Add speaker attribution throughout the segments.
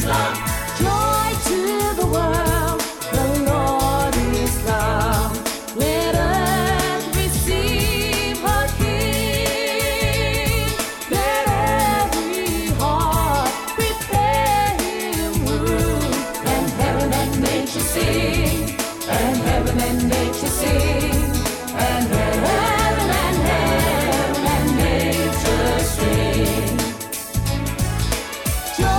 Speaker 1: Joy to the world, the Lord is come. Let us receive our King. Let every heart prepare Him room, and heaven and nature sing, and heaven and nature sing, and heaven and heaven and nature sing. Joy to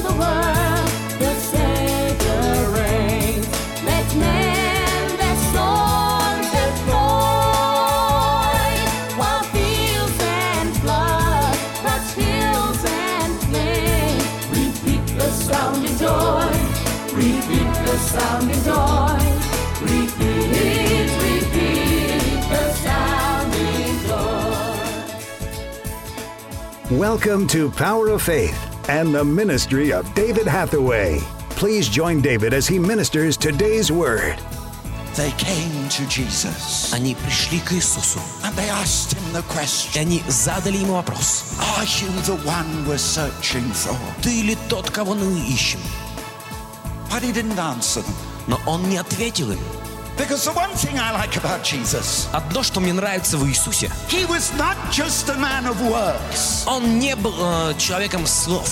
Speaker 1: the world, the Savior reigns. Let men their swords deploy, while fields and floods, across hills and plains, repeat the sounding joy, repeat the sounding joy, repeat, repeat the sounding joy.
Speaker 2: Welcome to Power of Faith and the ministry of David Hathaway. Please join David as he ministers today's word.
Speaker 3: They came to Jesus
Speaker 4: Они пришли к Иисусу,
Speaker 3: and they asked him the
Speaker 4: и
Speaker 3: question
Speaker 4: они задали ему вопрос.
Speaker 3: Are you the one we're searching for?
Speaker 4: Ты ли тот, кого мы ищем?
Speaker 3: But he didn't answer them.
Speaker 4: Но он не ответил им.
Speaker 3: Because the one thing I like about Jesus,
Speaker 4: Одно, что мне нравится в Иисусе,
Speaker 3: he was not just a man of works,
Speaker 4: он не был э, человеком слов.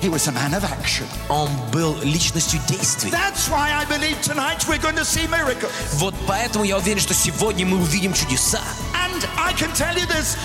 Speaker 3: he was a man of action.
Speaker 4: Он был личностью действий.
Speaker 3: That's why I believe tonight we're going to see miracles.
Speaker 4: Вот поэтому я уверен, что сегодня мы увидим чудеса.
Speaker 3: And I can tell you this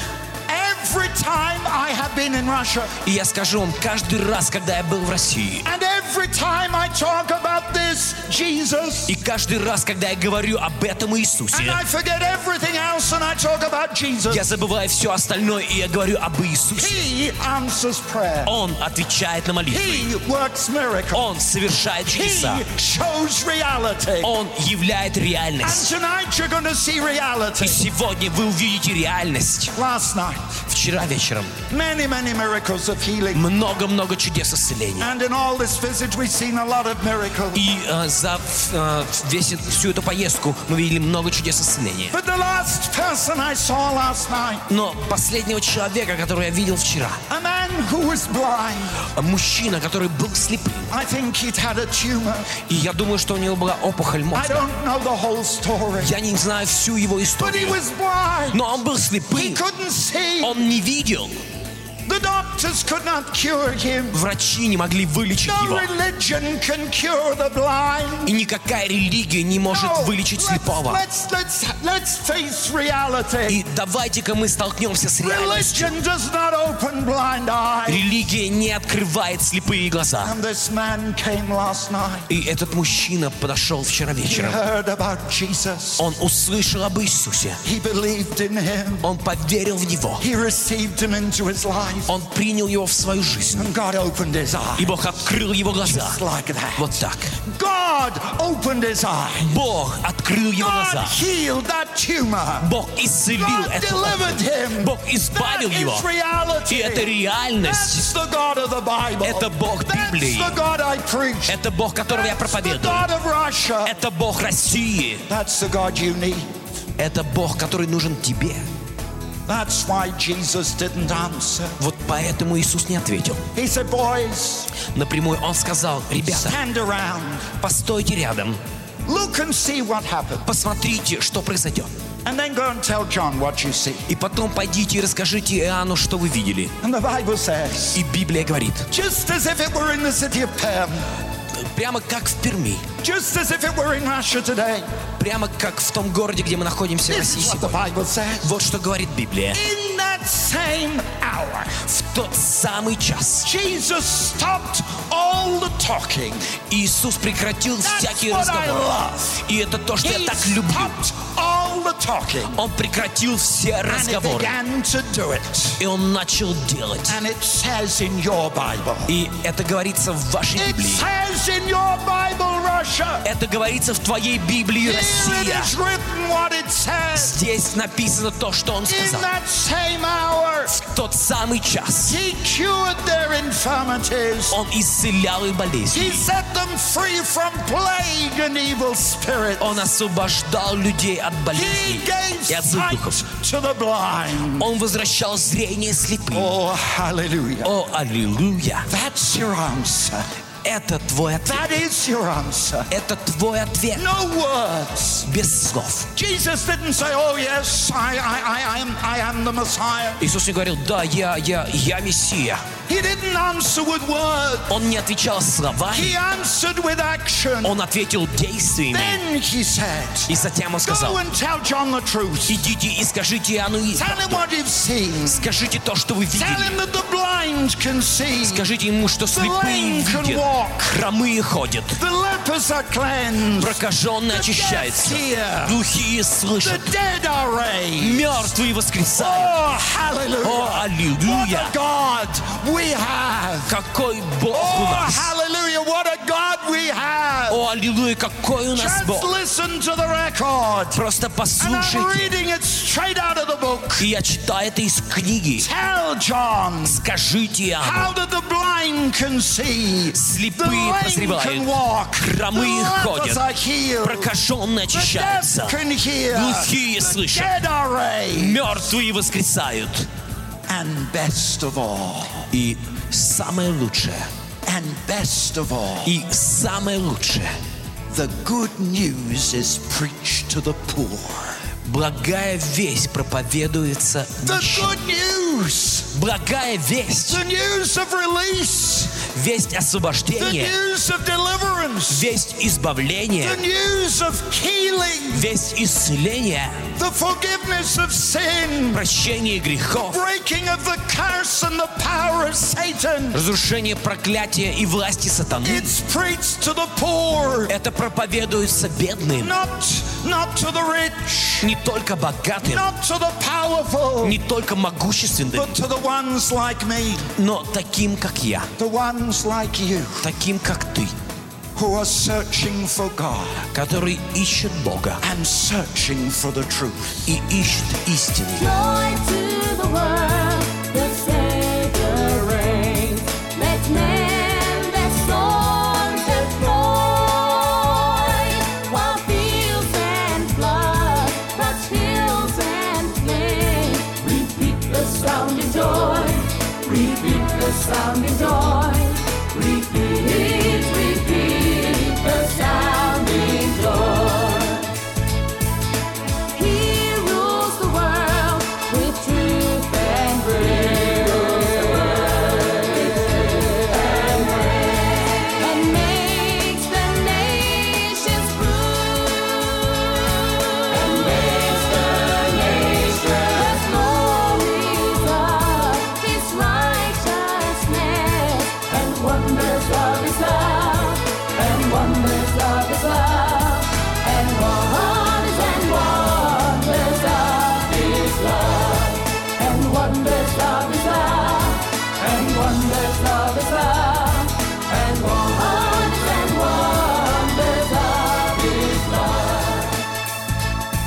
Speaker 3: every time I have been in Russia,
Speaker 4: И я скажу вам, каждый раз, когда я был в России,
Speaker 3: and every time I talk about this Jesus,
Speaker 4: и каждый раз, когда я говорю об этом
Speaker 3: and
Speaker 4: Иисусе,
Speaker 3: I forget everything else and I talk about Jesus.
Speaker 4: я забываю все остальное, и я говорю об Иисусе.
Speaker 3: He answers prayer.
Speaker 4: Он отвечает на молитвы.
Speaker 3: He works miracles.
Speaker 4: Он совершает чудеса.
Speaker 3: He shows reality.
Speaker 4: Он являет
Speaker 3: And
Speaker 4: реальность.
Speaker 3: tonight you're going to see
Speaker 4: И
Speaker 3: reality.
Speaker 4: сегодня вы увидите реальность.
Speaker 3: Last night,
Speaker 4: Вчера вечером
Speaker 3: many, many miracles of
Speaker 4: Mm.
Speaker 3: healing.
Speaker 4: много-много чудес исцеления.
Speaker 3: And in all this visit, we've seen a lot of miracles.
Speaker 4: И э, за э, весь э- всю эту поездку мы видели много чудес исцеления.
Speaker 3: But the last person I saw last night,
Speaker 4: Но последнего человека, которого я видел vчера,
Speaker 3: a man who was blind,
Speaker 4: э, мужчина, который был слепым,
Speaker 3: I think he'd had a tumor.
Speaker 4: и я думаю, что у него была опухоль
Speaker 3: I
Speaker 4: мозга.
Speaker 3: don't know the whole story.
Speaker 4: Я не знаю всю его
Speaker 3: But he
Speaker 4: историю.
Speaker 3: was blind.
Speaker 4: Но он был
Speaker 3: He
Speaker 4: слепым,
Speaker 3: couldn't see.
Speaker 4: он не видел.
Speaker 3: The doctors could not cure him.
Speaker 4: Врачи не могли вылечить
Speaker 3: No
Speaker 4: его.
Speaker 3: religion can cure the blind.
Speaker 4: И никакая религия не может
Speaker 3: No,
Speaker 4: вылечить
Speaker 3: let's-
Speaker 4: слепого.
Speaker 3: Let's, let's, let's face reality.
Speaker 4: И давайте-ка мы столкнемся с реальностью.
Speaker 3: Religion does not open blind eyes.
Speaker 4: Религия не открывает слепые глаза.
Speaker 3: And this man came last night.
Speaker 4: И этот мужчина подошел вчера
Speaker 3: He
Speaker 4: вечером.
Speaker 3: heard about Jesus.
Speaker 4: Он услышал об Иисусе.
Speaker 3: He believed in him.
Speaker 4: Он поверил в Него.
Speaker 3: He received him into his life.
Speaker 4: Он принял Его в свою жизнь.
Speaker 3: And God opened his
Speaker 4: И
Speaker 3: eyes.
Speaker 4: Бог открыл Его глаза.
Speaker 3: Just like that.
Speaker 4: Вот так.
Speaker 3: God opened his eyes.
Speaker 4: Бог открыл Его
Speaker 3: God
Speaker 4: глаза.
Speaker 3: healed that tumor.
Speaker 4: Бог исцелил
Speaker 3: God
Speaker 4: это.
Speaker 3: delivered him.
Speaker 4: Бог избавил
Speaker 3: That
Speaker 4: его.
Speaker 3: is reality.
Speaker 4: И это реальность.
Speaker 3: That's the God of the Bible.
Speaker 4: Это Бог Библии.
Speaker 3: That's the God I preach.
Speaker 4: Это Бог, которого я
Speaker 3: That's the
Speaker 4: проповедую.
Speaker 3: God of Russia.
Speaker 4: Это Бог России.
Speaker 3: That's the God you need.
Speaker 4: Это Бог, который нужен тебе.
Speaker 3: That's why Jesus didn't answer.
Speaker 4: Вот поэтому Иисус не ответил.
Speaker 3: He said, Boys,
Speaker 4: Напрямую Он сказал, ребята,
Speaker 3: stand around.
Speaker 4: постойте рядом.
Speaker 3: Look and see what happened.
Speaker 4: Посмотрите, что произойдет.
Speaker 3: And then go and tell John what you see.
Speaker 4: И потом пойдите и расскажите Иоанну, что вы видели.
Speaker 3: And the Bible says,
Speaker 4: И Библия говорит,
Speaker 3: just as if it were in the city of Perm,
Speaker 4: прямо как в Перми,
Speaker 3: just as if it were in Russia today,
Speaker 4: прямо как в том городе, где мы находимся в
Speaker 3: this
Speaker 4: России
Speaker 3: is what the
Speaker 4: сегодня.
Speaker 3: Bible says.
Speaker 4: Вот что говорит Библия.
Speaker 3: In that same hour,
Speaker 4: В тот самый час
Speaker 3: Jesus stopped all the talking.
Speaker 4: Иисус прекратил
Speaker 3: That's
Speaker 4: всякие
Speaker 3: what I
Speaker 4: разговоры.
Speaker 3: love.
Speaker 4: И это то, что
Speaker 3: He
Speaker 4: я так люблю.
Speaker 3: stopped all the talking.
Speaker 4: Он прекратил все
Speaker 3: And he
Speaker 4: разговоры.
Speaker 3: began to do it.
Speaker 4: И он начал делать.
Speaker 3: And it says in your Bible.
Speaker 4: И это говорится в вашей
Speaker 3: It
Speaker 4: Библии.
Speaker 3: says in your Bible, Russia.
Speaker 4: Это говорится в твоей Библии,
Speaker 3: Here it
Speaker 4: Россия.
Speaker 3: is written what it says.
Speaker 4: Здесь написано то, что он
Speaker 3: In
Speaker 4: сказал.
Speaker 3: that same hour,
Speaker 4: В тот самый час
Speaker 3: he cured their infirmities.
Speaker 4: он исцелял их болезни.
Speaker 3: He set them free from plague and evil spirits.
Speaker 4: Он освобождал людей от болезней.
Speaker 3: He gave
Speaker 4: и отцу
Speaker 3: sight
Speaker 4: духов.
Speaker 3: to the blind.
Speaker 4: Он возвращал зрение слепым.
Speaker 3: Oh, hallelujah.
Speaker 4: О, аллилуйя!
Speaker 3: That's your answer.
Speaker 4: Это твой ответ.
Speaker 3: That is your answer.
Speaker 4: Это твой ответ.
Speaker 3: No words.
Speaker 4: Без слов.
Speaker 3: Jesus didn't say, Oh, yes, I, I, I, I, am, I am the Messiah.
Speaker 4: Иисус не говорил, да, я, я, я Мессия.
Speaker 3: He didn't answer with words,
Speaker 4: Он не отвечал словами,
Speaker 3: he answered with action.
Speaker 4: он ответил действиями.
Speaker 3: Then he said,
Speaker 4: И затем он сказал,
Speaker 3: Go and tell John the truth.
Speaker 4: идите и скажите Иоанну и
Speaker 3: Tell him what you've seen.
Speaker 4: скажите то, что вы
Speaker 3: Tell
Speaker 4: видели.
Speaker 3: him that the blind can see,
Speaker 4: Скажите ему, что слепые
Speaker 3: lame can
Speaker 4: видят,
Speaker 3: walk.
Speaker 4: хромые ходят,
Speaker 3: the lepers are cleansed,
Speaker 4: прокаженные
Speaker 3: The
Speaker 4: очищаются,
Speaker 3: deaf hear.
Speaker 4: глухие
Speaker 3: the
Speaker 4: слышат,
Speaker 3: dead are raised.
Speaker 4: мертвые воскресают.
Speaker 3: Oh, hallelujah.
Speaker 4: О, аллилуйя!
Speaker 3: What a God we have.
Speaker 4: Какой Бог у
Speaker 3: Oh,
Speaker 4: нас!
Speaker 3: hallelujah. What a God we have.
Speaker 4: О, аллилуйя, какой у нас
Speaker 3: Just
Speaker 4: Бог!
Speaker 3: listen to the record.
Speaker 4: Просто
Speaker 3: And I'm
Speaker 4: послушайте.
Speaker 3: reading it straight out of the book.
Speaker 4: И я читаю это из книги.
Speaker 3: Tell John.
Speaker 4: Скажите Иоанну,
Speaker 3: How did the blind can see? The
Speaker 4: слепые
Speaker 3: lame can
Speaker 4: прозревают,
Speaker 3: walk. The
Speaker 4: хромые
Speaker 3: lepers
Speaker 4: ходят,
Speaker 3: are healed.
Speaker 4: прокаженные
Speaker 3: The
Speaker 4: очищаются,
Speaker 3: deaf can hear.
Speaker 4: глухие
Speaker 3: The
Speaker 4: слышат,
Speaker 3: dead are raised.
Speaker 4: мертвые воскресают.
Speaker 3: And best of all,
Speaker 4: И самое лучшее,
Speaker 3: and best of all,
Speaker 4: и самое лучшее,
Speaker 3: the good news is preached to the poor.
Speaker 4: благая весть проповедуется
Speaker 3: The
Speaker 4: нищим.
Speaker 3: good news.
Speaker 4: Благая весть,
Speaker 3: The news of release.
Speaker 4: весть
Speaker 3: The
Speaker 4: освобождения,
Speaker 3: news of deliverance.
Speaker 4: весть
Speaker 3: The
Speaker 4: избавления,
Speaker 3: news of healing.
Speaker 4: весть исцеления,
Speaker 3: The forgiveness of sin.
Speaker 4: прощения грехов,
Speaker 3: breaking of the curse and the power of Satan.
Speaker 4: разрушение проклятия и власти сатаны.
Speaker 3: It's preached to the poor,
Speaker 4: Это проповедуется бедным,
Speaker 3: not not to the rich,
Speaker 4: не только богатым,
Speaker 3: not to the powerful,
Speaker 4: не только могущественным,
Speaker 3: but to the ones like me,
Speaker 4: но таким, как я,
Speaker 3: the ones like you
Speaker 4: таким, как ты,
Speaker 3: who are searching for God
Speaker 4: который ищет Бога
Speaker 3: and searching for the truth.
Speaker 4: и ищет истину.
Speaker 1: Joy to the world, the Savior reigns. Let men their songs employ, while fields and floods, across hills and plains, repeat the sounding joy, repeat the sounding joy, repeat, repeat the sounding joy. He rules the world with truth and grace, and makes the nations prove, and makes the nations glories of His righteousness, and wonders of His love, and wonders of His love, and wonders and wonders of His love, and wonders of His love, and wonders of His love, and wonders and wonders of His love.